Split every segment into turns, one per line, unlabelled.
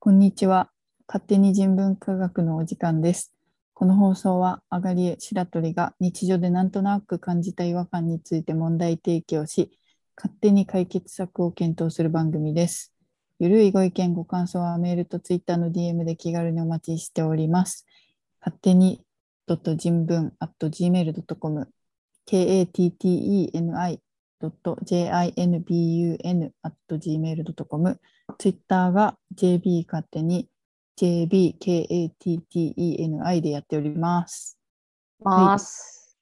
こんにちは。勝手に人文科学のお時間です。この放送は、あがりえ白鳥が日常でなんとなく感じた違和感について問題提起をし、勝手に解決策を検討する番組です。ゆるいご意見、ご感想はメールとツイッターの DM で気軽にお待ちしております。勝手に人文 .gmail.com、katteni.jinbun.gmail.com、ツイッターが JB 勝手に JBKATTENI でやっております。
ます。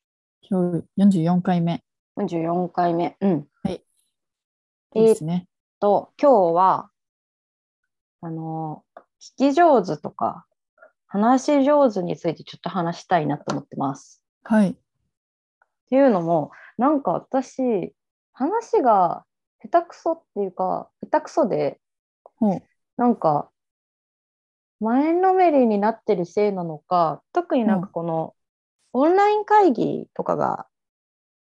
今日44回目
44回目。うん。
はい。
え
で
ーっ
すね。
と、今日は、あの、聞き上手とか、話し上手についてちょっと話したいなと思ってます。
はい。
っていうのも、なんか私、話が下手くそっていうか、下手くそで、
ほう
なんか、前のめりになってるせいなのか、特になんかこの、オンライン会議とかが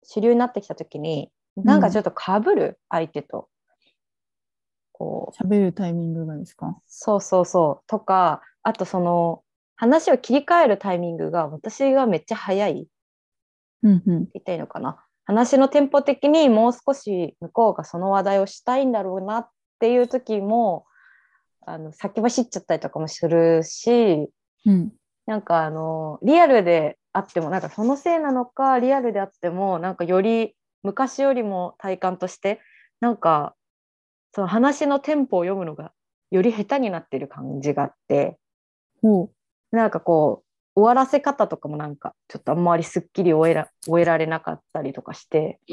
主流になってきたときに、なんかちょっとかぶる、相手と。こう、
喋るタイミングがですか
そうそうそう、とか、あとその、話を切り替えるタイミングが私がめっちゃ早い、
うんうん。
言ったらいいのかな。話のテンポ的にもう少し向こうがその話題をしたいんだろうなっていう時も、あの先走っちゃったりとかもするし、
うん。
なんかあのリアルであってもなんかそのせいなのかリアルであってもなんかより昔よりも体感としてなんかその話のテンポを読むのがより下手になってる感じがあって
ほ。
なんかこう終わらせ方とかもなんかちょっとあんまりすっきり終えら終えられなかったりとかしてっ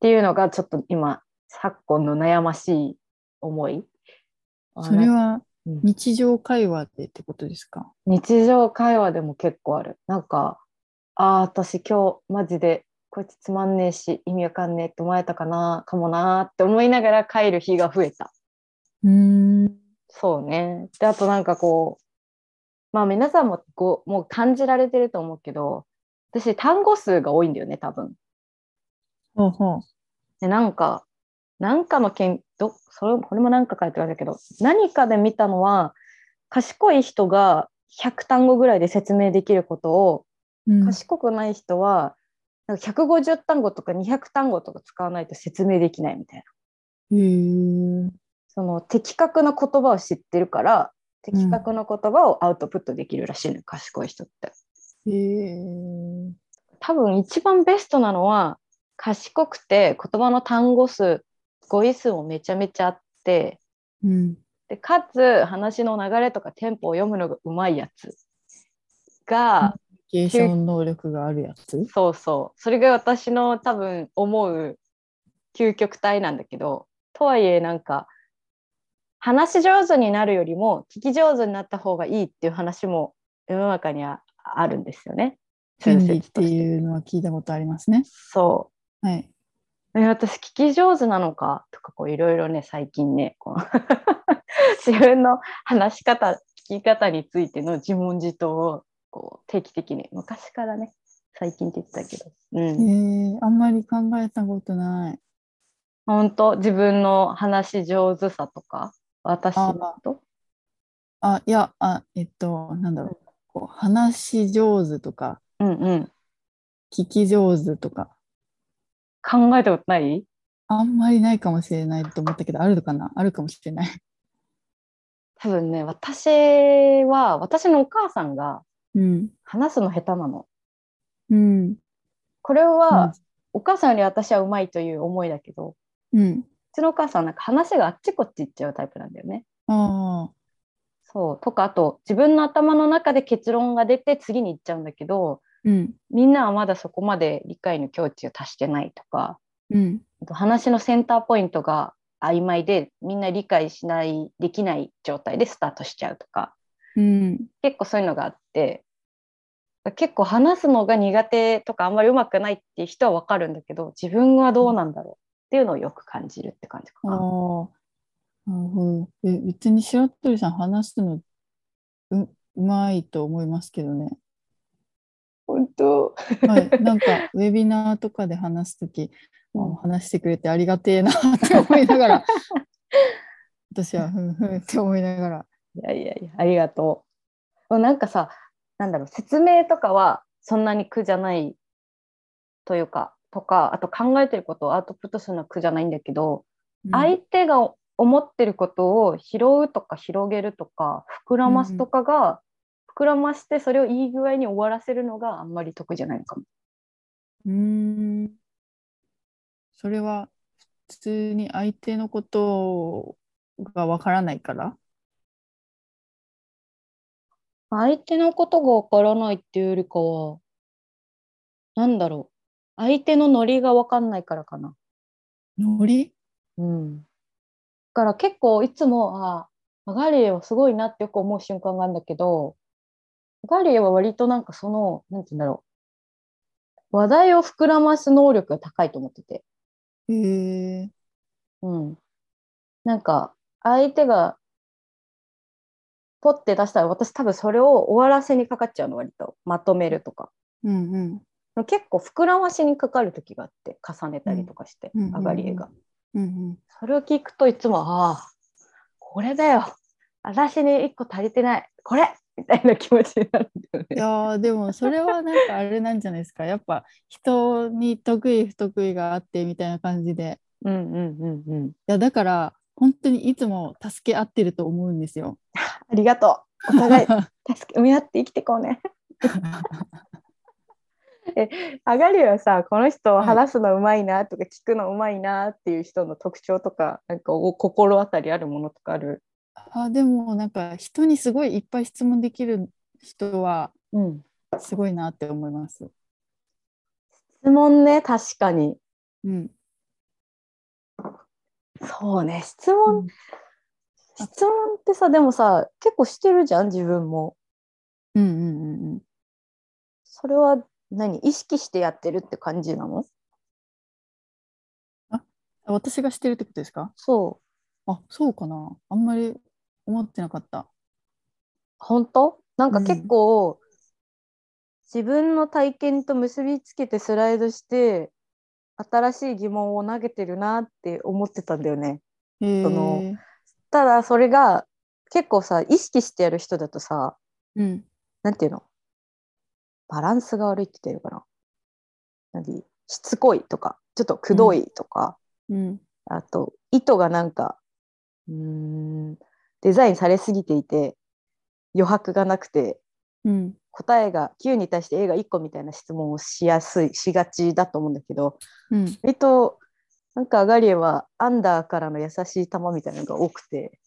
ていうのがちょっと今昨今の悩ましい思いう
それ
あなんか
は
うん
日常会話でってことですか
日常会話でも結構あるなんかああ私今日マジでこいつつまんねえし意味わかんねえって思われたかなかもなーって思いながら帰る日が増えた
うーん。
そうねであとなんかこうまあ皆さんもこうもう感じられてると思うけど私単語数が多いんだよね多分
ほうほう。
でなんかなんかのけんどそれこれもなんか書いてあるんだけど何かで見たのは賢い人が100単語ぐらいで説明できることを
うん、
賢くない人はなんか150単語とか200単語とか使わないと説明できないみたいな
へー
その的確な言葉を知ってるから
ん
的確な言葉をアウトプットできるらしいの、よ賢い人って
へー
多分一番ベストなのは賢くて言葉の単語数語彙数もめちゃめちゃあって
うん。
でかつ話の流れとかテンポを読むのがうまいやつが、
コミュニケーション能力があるやつ
そうそう。それが私の多分思う究極体なんだけど、とはいえなんか、話し上手になるよりも聞き上手になった方がいいっていう話も世の中にはあるんですよね。
権利って
として。
いうのは聞いたことありますね。
そ
はい。
う。え私聞き上手なのかとかこういろいろね最近ねこう 自分の話し方聞き方についての自問自答をこう定期的に昔からね最近って言ってたけど、うん
え、ー、あんまり考えたことない。
本当自分の話し上手さとか私
あ
と
あ、いや、あ、えっと、なんだろう。こう話し上手とか、
うんうん
聞き上手とか、
考えたことない
あんまりないかもしれないと思ったけど、あるのかなあるかもしれない。
多分ね私は私のお母さんが
うん。
話すの下手なの
うん。
これは、お母さんより私はうまいという思いだけどう
うん。
ちのお母さんなんか話があっちこっち行っちゃうタイプなんだよね
ああ。
そうとかあと自分の頭の中で結論が出て次に行っちゃうんだけど
うん。
みんなはまだそこまで理解の境地を達してないとか
うん。
えっと話のセンターポイントが曖昧でみんな理解しないできない状態でスタートしちゃうとか
うん。
結構そういうのがあって結構話すのが苦手とかあんまりうまくないっていう人は分かるんだけど自分はどうなんだろうっていうのをよく感じるって感じか
ああ。な
な。
るほど。え、別に白鳥さん話すのう、うまいと思いますけどね。
本当
はい、なんかウェビナーとかで話すとき、まあ話してくれて ありがてえなって思いながら、私はふんふんって思いながら
いやいやいや、ありがとう。なんかさ、なんだろう、説明とかはそんなに苦じゃないというか、とか、あと考えてることをアウトプットするのは苦じゃないんだけど、相手が思ってることを拾うとか広げるとか、膨らますとかが、膨らましてそれをいい具合に終わらせるのがあんまり得意じゃないのかも。
うん、うーんそれは普通に相手のことがわからないから
相手のことがわからないっていうよりかは、なんだろう。相手のノリがわかんないからかな。
ノリ
うん。だから結構いつも、ああ、ガリレはすごいなってよく思う瞬間があるんだけど、ガリレは割となんかその、なんて言うんだろう。話題を膨らます能力が高いと思ってて。
へえ
うん。なんか、相手が、ポッて出したら、私多分それを終わらせにかかっちゃうの、割と。まとめるとか。
うんうん
結構膨らましにかかる時があって、重ねたりとかして、
うんうんうんうん
上がり絵が。
うん
それを聞くといつも、ああ、これだよ。私に一個足りてない。これみたいな気持ちになるんだよ
い
ね。
やーでもそれはなんかあれなんじゃないですかやっぱ人に得意不得意があってみたいな感じで
うんうんうんうん。
いやだから本当にいつも助け合ってると思うんですよ。
ありがとう。お互い、助け、見合って生きてこうね。上がりはさこの人
はい
話すのうまいなとか聞くのうまいなっていう人の特徴とかなんかお心当たりあるものとかある、
あでもなんか人にすごいいっぱい質問できる人は
うん、
すごいなって思います。
質問ね確かに
うん、
そうね質問、
うん
質問ってさでもさ結構してるじゃん自分も
うんうんうんうん。
それは何意識してやってるって感じなの
私がしてるってことですか
そう
あそうかなあんまり思ってなかった。
本当なんか
うん
結構、自分の体験と結びつけてスライドして新しい疑問を投げてるなって思ってたんだよね
へー
そのただそれが結構さ意識してやる人だとさ
うん、
なんていうのバランスが悪いって言ってるかな何しつこいとかちょっとくどいとか、
うん、
あと意図がなんかうーんデザインされすぎていて余白がなくて
うん、
答えが Q に対して A が1個みたいな質問をしやすいしがちだと思うんだけど
うん。
割となんかアガリエはアンダーからの優しい球みたいなのが多くて。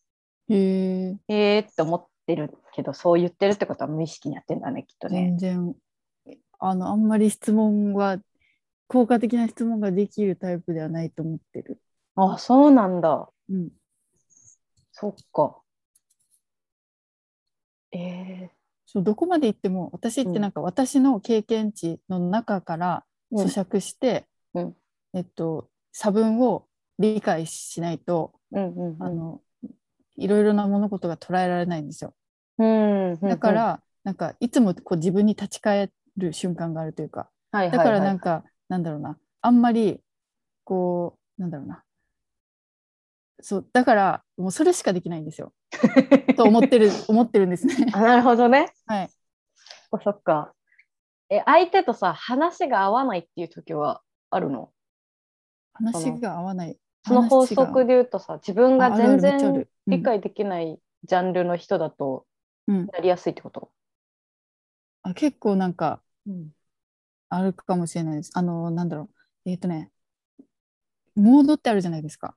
へえ、
えーって思ってるけどそう言ってるってことは無意識にやってんだねきっとね。
全然、あの、あんまり質問は、効果的な質問ができるタイプではないと思ってる。
あそうなんだ
うん。
そっか。え
そうどこまで行っても、私ってなんか私の経験値の中から
ー、
咀嚼して、
うん
えっと、差分を理解しないと、
うんうん
あの、いろいろな物事が捉えられないんですよ。
うんうん
だから、、なんかいつもこう自分に立ち返る瞬間があるというか、
はいはい
だ
はい
から なんか、なんだろうなあんまりこうなんだろうなそうだからもうそれしかできないんですよと思って る思ってるんですね。
あなるほどね。
はい、
そっかそっか。え相手とさ話が合わないっていう時はあるの
話が合わない。
その法
話が
則で言うとさ自分
あ
が
あるあるめっ
全
ちゃあ
然
るうん
理解できないジャンルの人だと
うん
やりやすいってこと、
あ結構なんか
うん
あるかもしれないです。あのなんだろうえっ、とねモードってあるじゃないですか。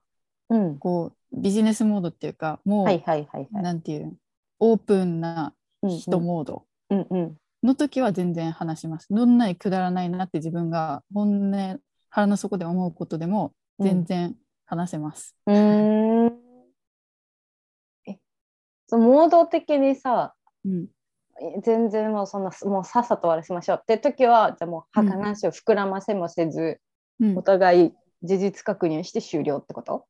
うん、
こうビジネスモードっていうかもう、
はいはいはいはい。
なんていうんオープンな人モード。
うんうん
の時は全然話します。どんなにくだらないなって自分が本音腹の底で思うことでも
うん
全然話せます。
うーんえそのモード的にさ
うん、
え全然もうそんなもうさっさと終わらせましょうって時はじゃあもう
うん
話を膨らませもせず、
うん
お互い事実確認して終了ってこと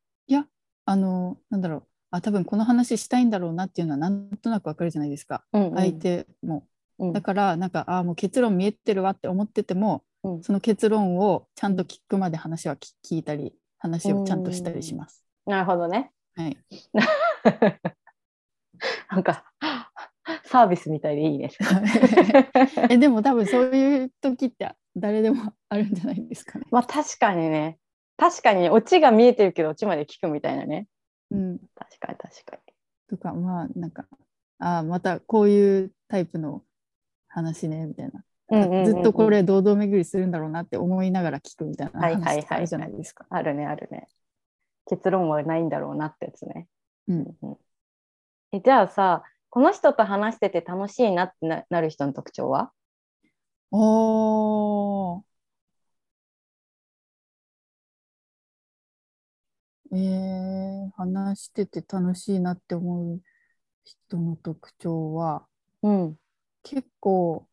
あのなんだろうあ多分この話したいんだろうなっていうのはなんとなくわかるじゃないですか
うんうん
相手も。
うん
だからなんかあもう結論見えてるわって思ってても
うん
その結論をちゃんと聞くまで話は聞聞いたり話をちゃんとしたりします。
なるほどね。
はい、
なんか、サービスみたいでいい ね。
えでも多分そういう時って誰でもあるんじゃないですかね。
まあ確かにね。確かにね、オチが見えてるけど、オチまで聞くみたいなね。
うん、
確かに確か
とかまあなんかあーまたこういうタイプの話ねみたいな。
に。うんうんうんうん
ずっとこれ堂々巡りするんだろうなって思いながら聞くみたいな
はいは
話
いはい
とかあるじゃないですか。
あるね、あるね。結論はないんだろうなってやつね。
うん
うんえじゃあさ、この人と話してて楽しいなってななる人の特徴は
おーえー、話してて楽しいなって思う人の特徴は
うん。
結構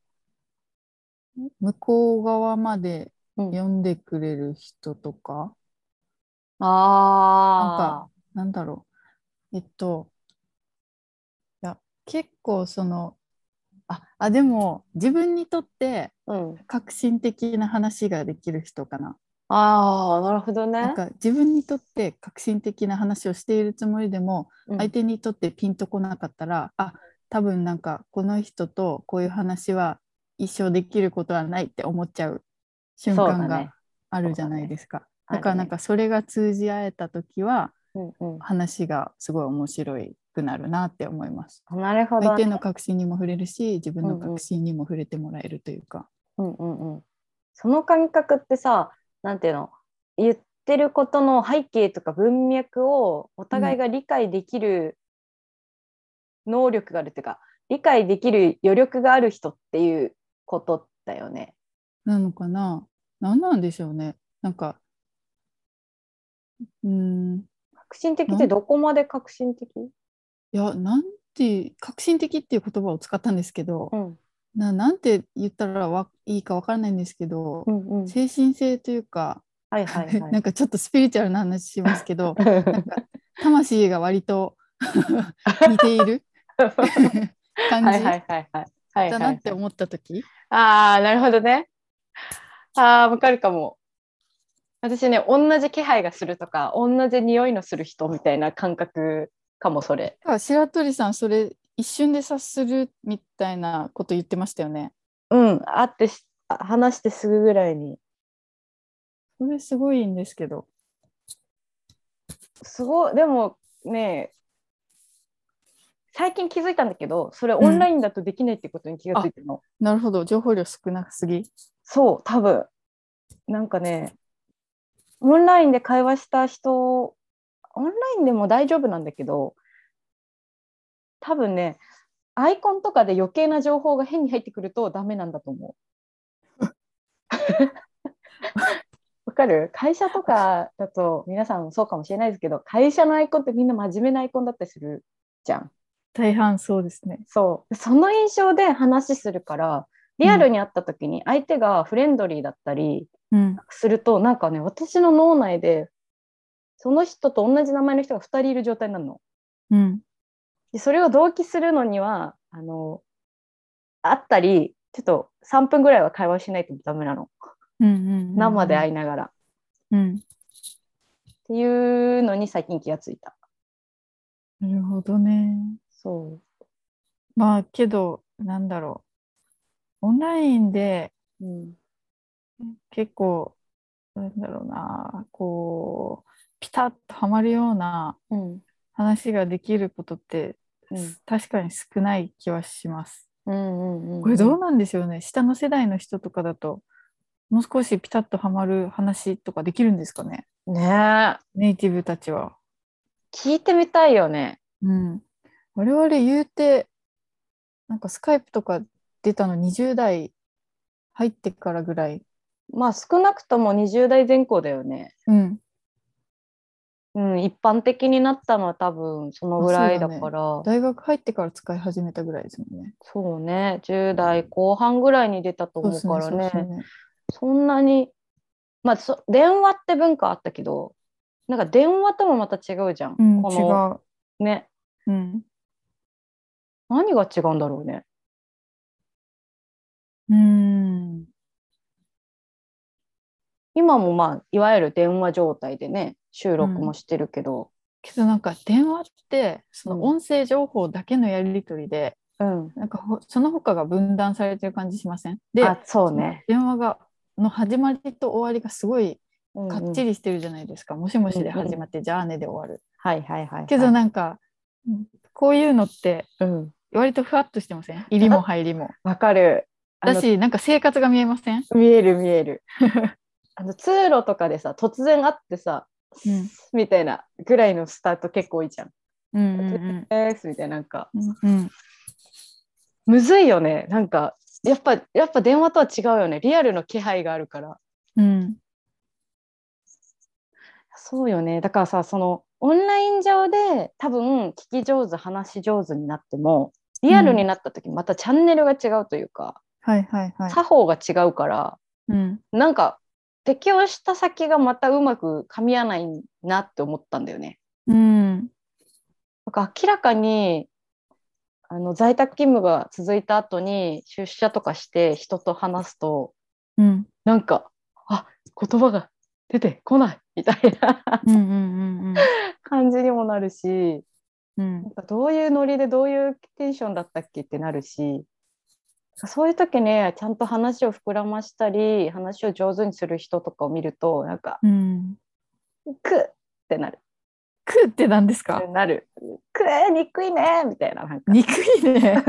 向こう側まで
うん
読んでくれる人とか、
ああ。
なんだろう。えっと、いや、結構その、あ、あ、でも自分にとって
うん、
革新的な話ができる人かな。
ああ、なるほどね。
なんか自分にとって革新的な話をしているつもりでも、
うん
相手にとってピンとこなかったら、あ、多分なんかこの人とこういう話は一生できることはないって思っちゃう瞬
そ
間
うだね
があるじゃないですか。
あるね
だからなんかそれが通じ合えた時は、
うんうん
話がすごい面白くなるなって思います。
あなるほど
相
ね、
手の確信にも触れるし自分
う
の
んうん
確信にも触れてもらえるというか、
うんうんうん、その感覚ってさなんていうの言ってることの背景とか文脈をお互いが理解できる能力があるっていうか、理解できる余力がある人っていうことだよね。
なのかな何なんでしょうねなんかうーん
革新的ってどこまで革新的、
いやなんて革新的っていう言葉を使ったんですけど、
ん
ななんて言ったらわいいかわからないんですけど、
うんうん、
精神性というか、
はいはいはい。
なんかちょっとスピリチュアルな話しますけ どなんか魂が割と 似てい る感じ。
はいはいはいはい。はいはいはい
だなって思った時、
ああ、なるほどね。ああ、わかるかも。私ね、同じ気配がするとか、同じ匂いのする人みたいな感覚かも、それ。
あ白鳥さんそれ一瞬で察するみたいなこと言ってましたよね
うん、会ってしあ話してすぐぐらいに。
それすごいんですけど
すごい、でもね、最近気づいたんだけど、それオンラインだとできないってことに気がついたの。
なるほど情報量少なすぎ
そう、多分。なんかね、オンラインで会話した人、オンラインでも大丈夫なんだけど、多分ね、アイコンとかで余計な情報が変に入ってくるとダメなんだと思う。わかる会社とかだと皆さんもそうかもしれないですけど会社のアイコンってみんな真面目なアイコンだったりするじゃん。
大半そうですね
そうその印象で話するからリアルに会った時に相手がフレンドリーだったり
うん
すると、なんかね私の脳内でその人と同じ名前の人が2人いる状態になるの。
うん
でそれを同期するのにはあの会ったりちょっと3分ぐらいは会話しないとダメなの
うんうん
生で会
い
いながら、
うん
っていうのに最近気がついた。
なるほどね
そ
まあけどなんだろうオンラインで
う、うん、
結構なんだろうなこうピタッとはまるような
うん
話ができることって、
うん
確かに少ない気はします。
うんうんうん
これどうなんでしょうね、下の世代の人とかだともう少しピタッとはまる話とかできるんですかね
ねえ
ネイティブたちは。
聞いてみたいよね。
うん、我々言うてなんかスカイプとか出たの20代入ってからぐらい、
まあ少なくとも20代前後だよね。
うん、
うん、一般的になったのは多分そのぐらいだから、そうね
大学入ってから使い始めたぐらいですもんね。
10代後半ぐらいに出たと思う
そう
か
っす
ら
ね
ね
そうっす
そ
ね
んなにまあそ電話って文化あったけどなんか電話ともまた違うじゃん、
うん、
こ
違
の
う。
ね
うん
何が違うんだろうね
うん
今もまあいわゆる電話状態でね収録もしてるけど、
けどなんか電話ってその
うん
音声情報だけのやり取りで、
うん。
なんかほその他が分断されてる感じしませんで、
あ、そうね。
電話がの始まりと終わりがすごいかっち
り。
りしてるじゃないですか、もしもしで始まって、じゃあねで終わる
はいはいはいはい。
けどなんか、うんこういうのって
うん。
割とふわっとしてません入りも入りも
わかる。あの
だしなんか生活が見えません
見える見える。あの通路とかでさ、突然会ってさ、
うん
みたいなぐらいのスタート結構多いじゃん。
うんうん
えーすみたいな、なんか、
うんうん
むずいよね。なんか、やっぱ、やっぱ電話とは違うよね。リアルの気配があるから。
うん
そうよね。だからさ、その、オンライン上で多分、聞き上手、話し上手になっても、リアルになった時、またチャンネルが違うというか、
はいはいはい
作法が違うから、
うん
なんか、適応した先がまたうまく噛み合わないなって思ったんだよね。
うん
なんか明らかにあの在宅勤務が続いた後に出社とかして人と話すと
うん
なんかあ言葉が出てこないみたいな
うんうんうん
感じにもなるし
うん
なんかどういうノリでどういうテンションだったっけってなるしそういう時ねちゃんと話を膨らましたり話を上手にする人とかを見るとなんか
うん
クッってなる
くってなんですか
なるクッ憎いねみたいななんか
憎いね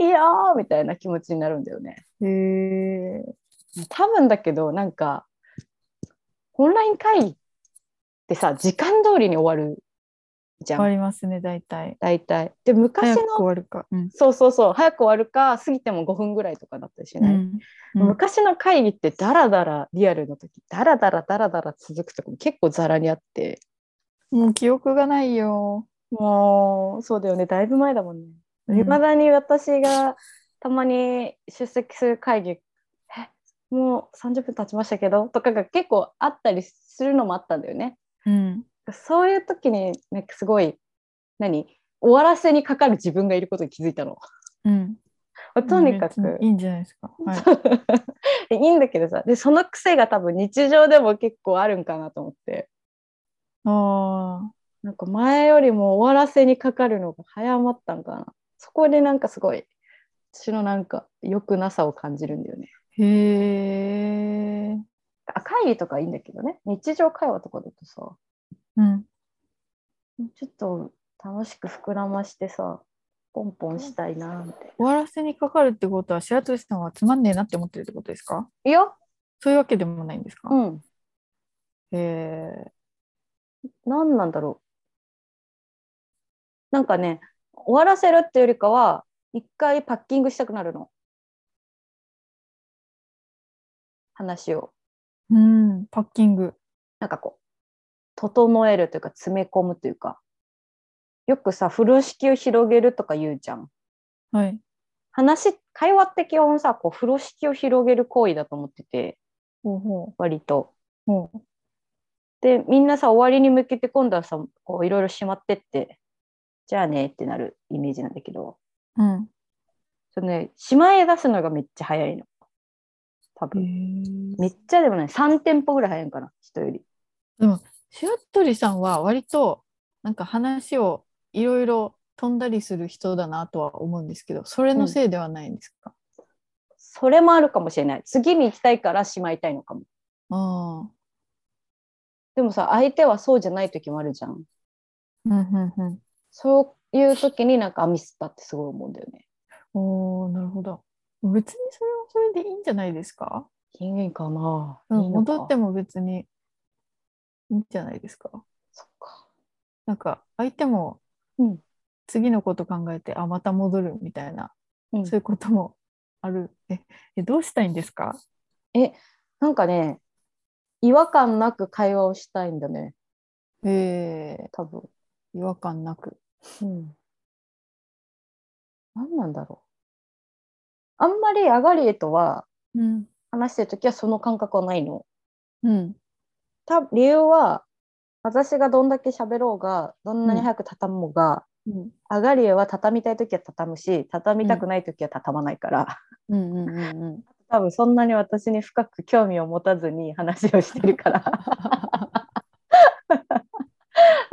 いいよーみたいな気持ちになるんだよね。
へえ
多分だけどなんかオンライン会議ってさ時間通りに終わるじ
終
ゃ
わ
ん
りますね大体
大体。で昔
早く終
の
わるかうん
そうそうそう早く終わるか過ぎても5分ぐらいとかだったりし
う
ない、
んうん
昔の会議ってダラダラリアルの時ダラダラダラダラ続くとかも結構ザラにあって
もう記憶がないよ
もうそうだよねだいぶ前だもんね。
うん
いまだに私がたまに出席する会議、えもう30分経ちましたけどとかが結構あったりするのもあったんだよね。
うん
そういう時に、なんかすごい、何終わらせにかかる自分がいることに気づいたの。
うん
とにか
別
く、
にいいんじゃないですかはい
いいんだけどさで、その癖が多分日常でも結構あるんかなと思って、
あ
なんか前よりも終わらせにかかるのが早まったんかな。そこでなんかすごい、私のなんか良くなさを感じるんだよね。
ーへえ
あ会議とかいいんだけどね日常会話とかだとさも
うん
うちょっと楽しく膨らましてさポンポンしたいなみたいな
終わらせにかかるってことは白鳥さんはつまんねえなって思ってるってことですか
いや
そういうわけでもないんですか、
うん
へえ
何なんだろうなんかね終わらせるっていうよりかは一回パッキングしたくなるの話を
うんパッキング
なんかこう整えるというか詰め込むというかよくさ風呂敷を広げるとか言うじゃん
はい
話会話って基本さこう風呂敷を広げる行為だと思ってて
ほうほ
割と。
うほう
でみんなさ終わりに向けて今度はさこういろいろしまってってじゃあねってなるイメージなんだけど
うん
そのねしまい出すのがめっちゃ早いの多
へ
分
え
めっちゃでもね3店舗ぐらい早いんかな人より。
白鳥さんは割となんか話をいろいろ飛んだりする人だなとは思うんですけどそれのせいではないんですか、
それもあるかもしれない次に行きたいからしまいたいのかも
ああ
でもさ相手はそうじゃない時もあるじゃん
うんうんうん
そういう時になんかあミスったってすごい思うんだよね
おーなるほど別にそれはそれでいいんじゃないですか
人間かな
うん
いいのか
戻っても別にいいんじゃないですか
そっか
なんか相手も
うん
次のこと考えて、あまた戻るみたいな、
うん
そういうこともあるええどうしたいんですか
なんかね、違和感なく会話をしたいんだね、
えー
多分。
違和感なく
うん。何なんだろう。あんまりアガリエとは
うん
話してるときはその感覚はないの。
うん
た理由は、私がどんだけ喋ろうが、どんなに早く畳もうが、
うん
アガリエは畳みたいときは畳むし、畳みたくないときは畳まないから、
うんうんうんうん
多分そんなに私に深く興 味を持たずに話をしてるから。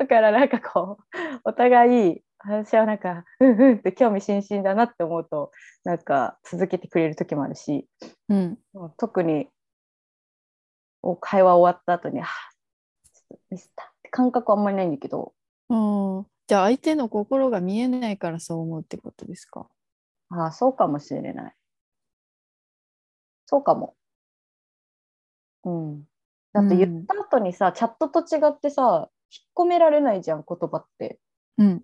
からなんかこうお互い私はなんかうんうんって興味津々だなって思うとなんか続けてくれる時もあるし
うん、
もう特にお会話終わった後にあちょっとミスったって感覚はあんまりないんだけど
うんじゃあ相手の心が見えないからそう思うってことですか
ああそうかもしれないそうかもうんだって言った後にさ、チャットと違ってさ引っ込められないじゃん言葉って
うん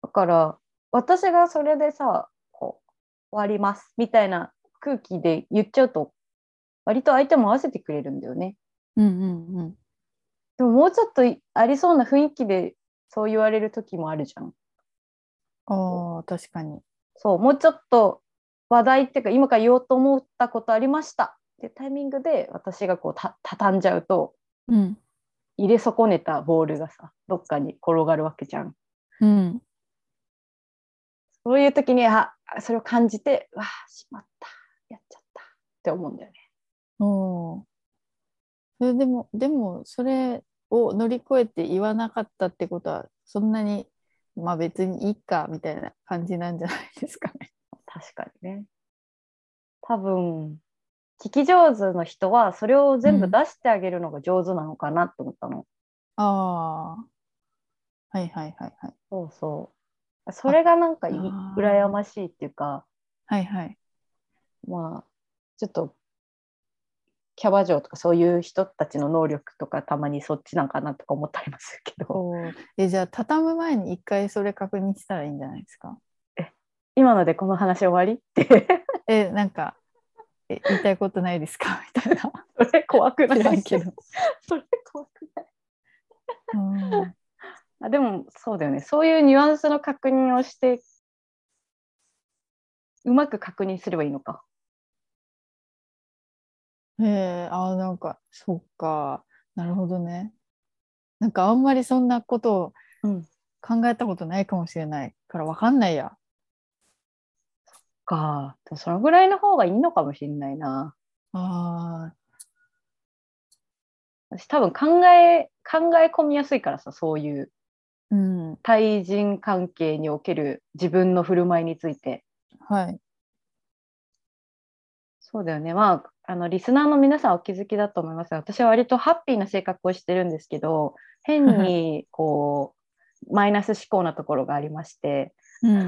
だから私がそれでさこう終わりますみたいな空気で言っちゃうと割と相手も合わせてくれるんだよね。
うんうんうん
でももうちょっといありそうな雰囲気でそう言われる時もあるじゃん。
ああ確かに
そうもうちょっと話題っていうか今から言おうと思ったことありましたってタイミングで私がこうた畳んじゃうと
うん
入れ損ねたボールがさどっかに転がるわけじゃん。
うん
そういう時にあそれを感じてうわしまったやっちゃったって思うんだよね。
おーそれでもでもそれを乗り越えて言わなかったってことはそんなにまあ別にいいかみたいな感じなんじゃないですかね。
確かにね。多分聞き上手の人はそれを全部
うん
出してあげるのが上手なのかなと思ったの。
ああはいはいはいはい
そうそう。それがなんかい
あー
羨ましいっていうか、
はいはい
まあちょっとキャバ嬢とかそういう人たちの能力とかたまにそっちなんかなとか思ったりもするけど、
おーえじゃあ畳む前に一回それ確認したらいいんじゃないですか
今のでこの話終わりって、
えなんかえ言いたいことないですかみたいな。
それ怖くな
知ら
い
んけど。
それ怖くない。
うん
あでもそうだよねそういうニュアンスの確認をしてうまく確認すればいいのか
ええああなんかそっかなるほどねなんかあんまりそんなことを
うん
考えたことないかもしれないからわかんないや
かでもそのぐらいの方がいいのかもしれないな
あ
私多分考え考え込みやすいからさそういう
ーうん
対人関係における自分の振る舞いについて
はい
そうだよねまああのリスナーの皆さんはお気づきだと思いますが私は割とハッピーな性格をしてるんですけど変にこうマイナス思考なところがありまして
うん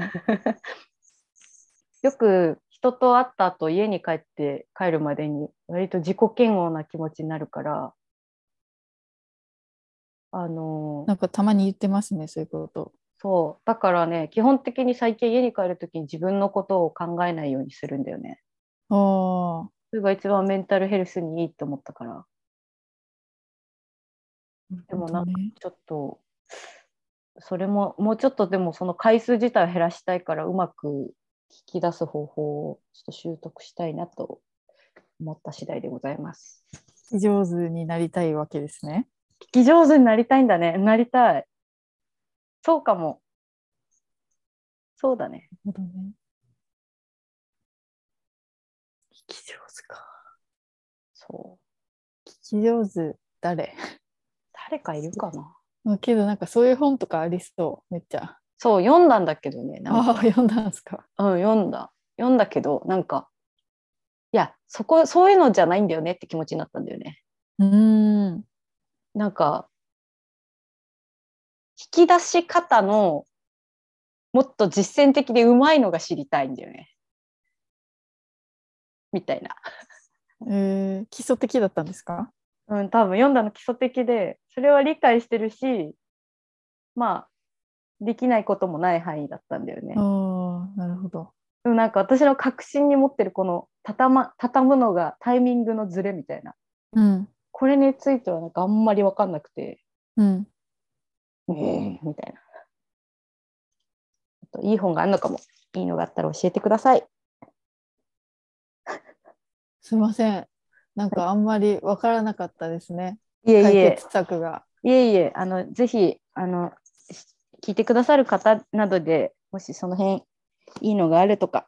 よく人と会った後家に帰って帰るまでに割と自己嫌悪な気持ちになるからあの
なんかたまに言ってますねそういうこと
そうだからね基本的に最近家に帰る時に自分のことを考えないようにするんだよね
あ
それが一番メンタルヘルスにいいと思ったから
あ
でもなんか
か、ね、
ちょっとそれももうちょっとでもその回数自体を減らしたいからうまく聞き出す方法をちょっと習得したいなと思った次第でございます。
上手になりたいわけですね
聞き上手になりたいんだね。なりたい。そうかも。そうだね。
なるほどね聞き上手か
そう。
聞き上手誰
誰かいるかな。
まあけどなんかそういう本とかありそうめっちゃ
そう、読んだんだけどね。なん
ああ
か
ー読んだんすか
うん、読んだ。読んだけど、なんか、いや、そこ、そういうのじゃないんだよねって気持ちになったんだよね。
うーん
なんか、引き出し方の、もっと実践的でうまいのが知りたいんだよね。みたいな。
えー、基礎的だったんですか
うん、多分読んだの基礎的で、それは理解してるし、まあ、できないこともない範囲だったんだよね。
ああなるほど。
でもなんか私の確信に持ってるこの畳,、ま、畳むのがタイミングのズレみたいな、
うん
これについてはなんかあんまり分かんなくて、
うん
えーみたいな。あといい本があるのかも。いいのがあったら教えてください。
すいませんなんかあんまりわからなかったですね
いえい
解
え、
決策が。
いえいえ、あの、ぜひ、あの、し聞いてくださる方などでもしその辺いいのがあるとか、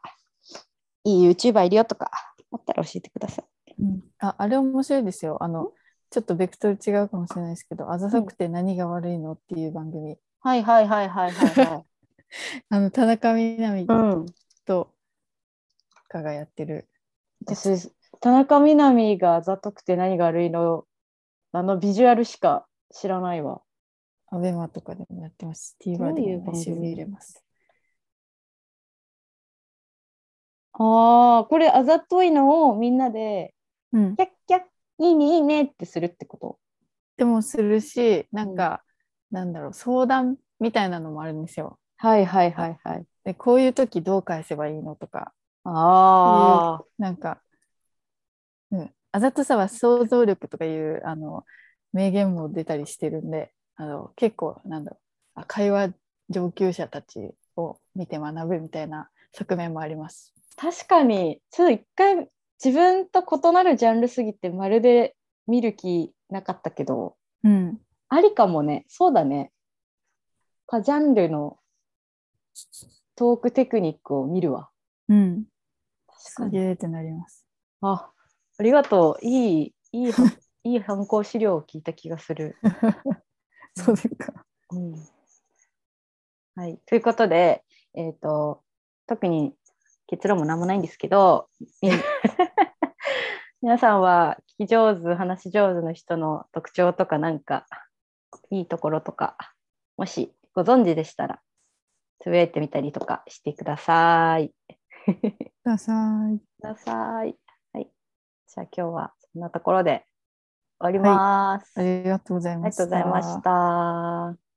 いい YouTuber いるよとか、あったら教えてください。
うん、ああれ面白いですよあのちょっとベクトル違うかもしれないですけど「あざさくて何が悪いの?」っていう番組、
はいはいはいはいはいはい。
あの田中みな実
うん。
とかがやってる、
私、田中みな実があざとくて何が悪いの、あのビジュアルしか知らないわ。
アベマとかでもやってますし
ど
TVer
うい
で
う
も
番
毎
組
週見れます
ああ、これあざといのをみんなで、
うん
キャッキャッ、いいねいいねってするってこと。
でもするしなんか、なんだろう相談みたいなのもあるんですよ
はいはいはいはい。
でこういう時どう返せばいいのとか
ああ、
なんか、うん、あざとさは想像力とかいうあの名言も出たりしてるんであの結構なんだろうあ会話上級者たちを見て学ぶみたいな側面もあります。
確かに、ちょっと一回、自分と異なるジャンルすぎて、まるで見る気なかったけど、
うん、
ありかもね。そうだね。他ジャンルのトークテクニックを見るわ。
うん、
確
す。げーってなります。
あ、ありがとう。いい、いいは、いい参考資料を聞いた気がする。
そうですか。
うん、はい。ということで、えっ、と、特に結論も何もないんですけど、 皆さんは聞き上手、話し上手の人の特徴とかなんか、いいところとか、もしご存知でしたら、つぶやいてみたりとかしてください。
ください。
ください。はい。じゃあ今日はそんなところで終わります。
ありがとうござい
あり
ま
が
し
と
た。
うございました。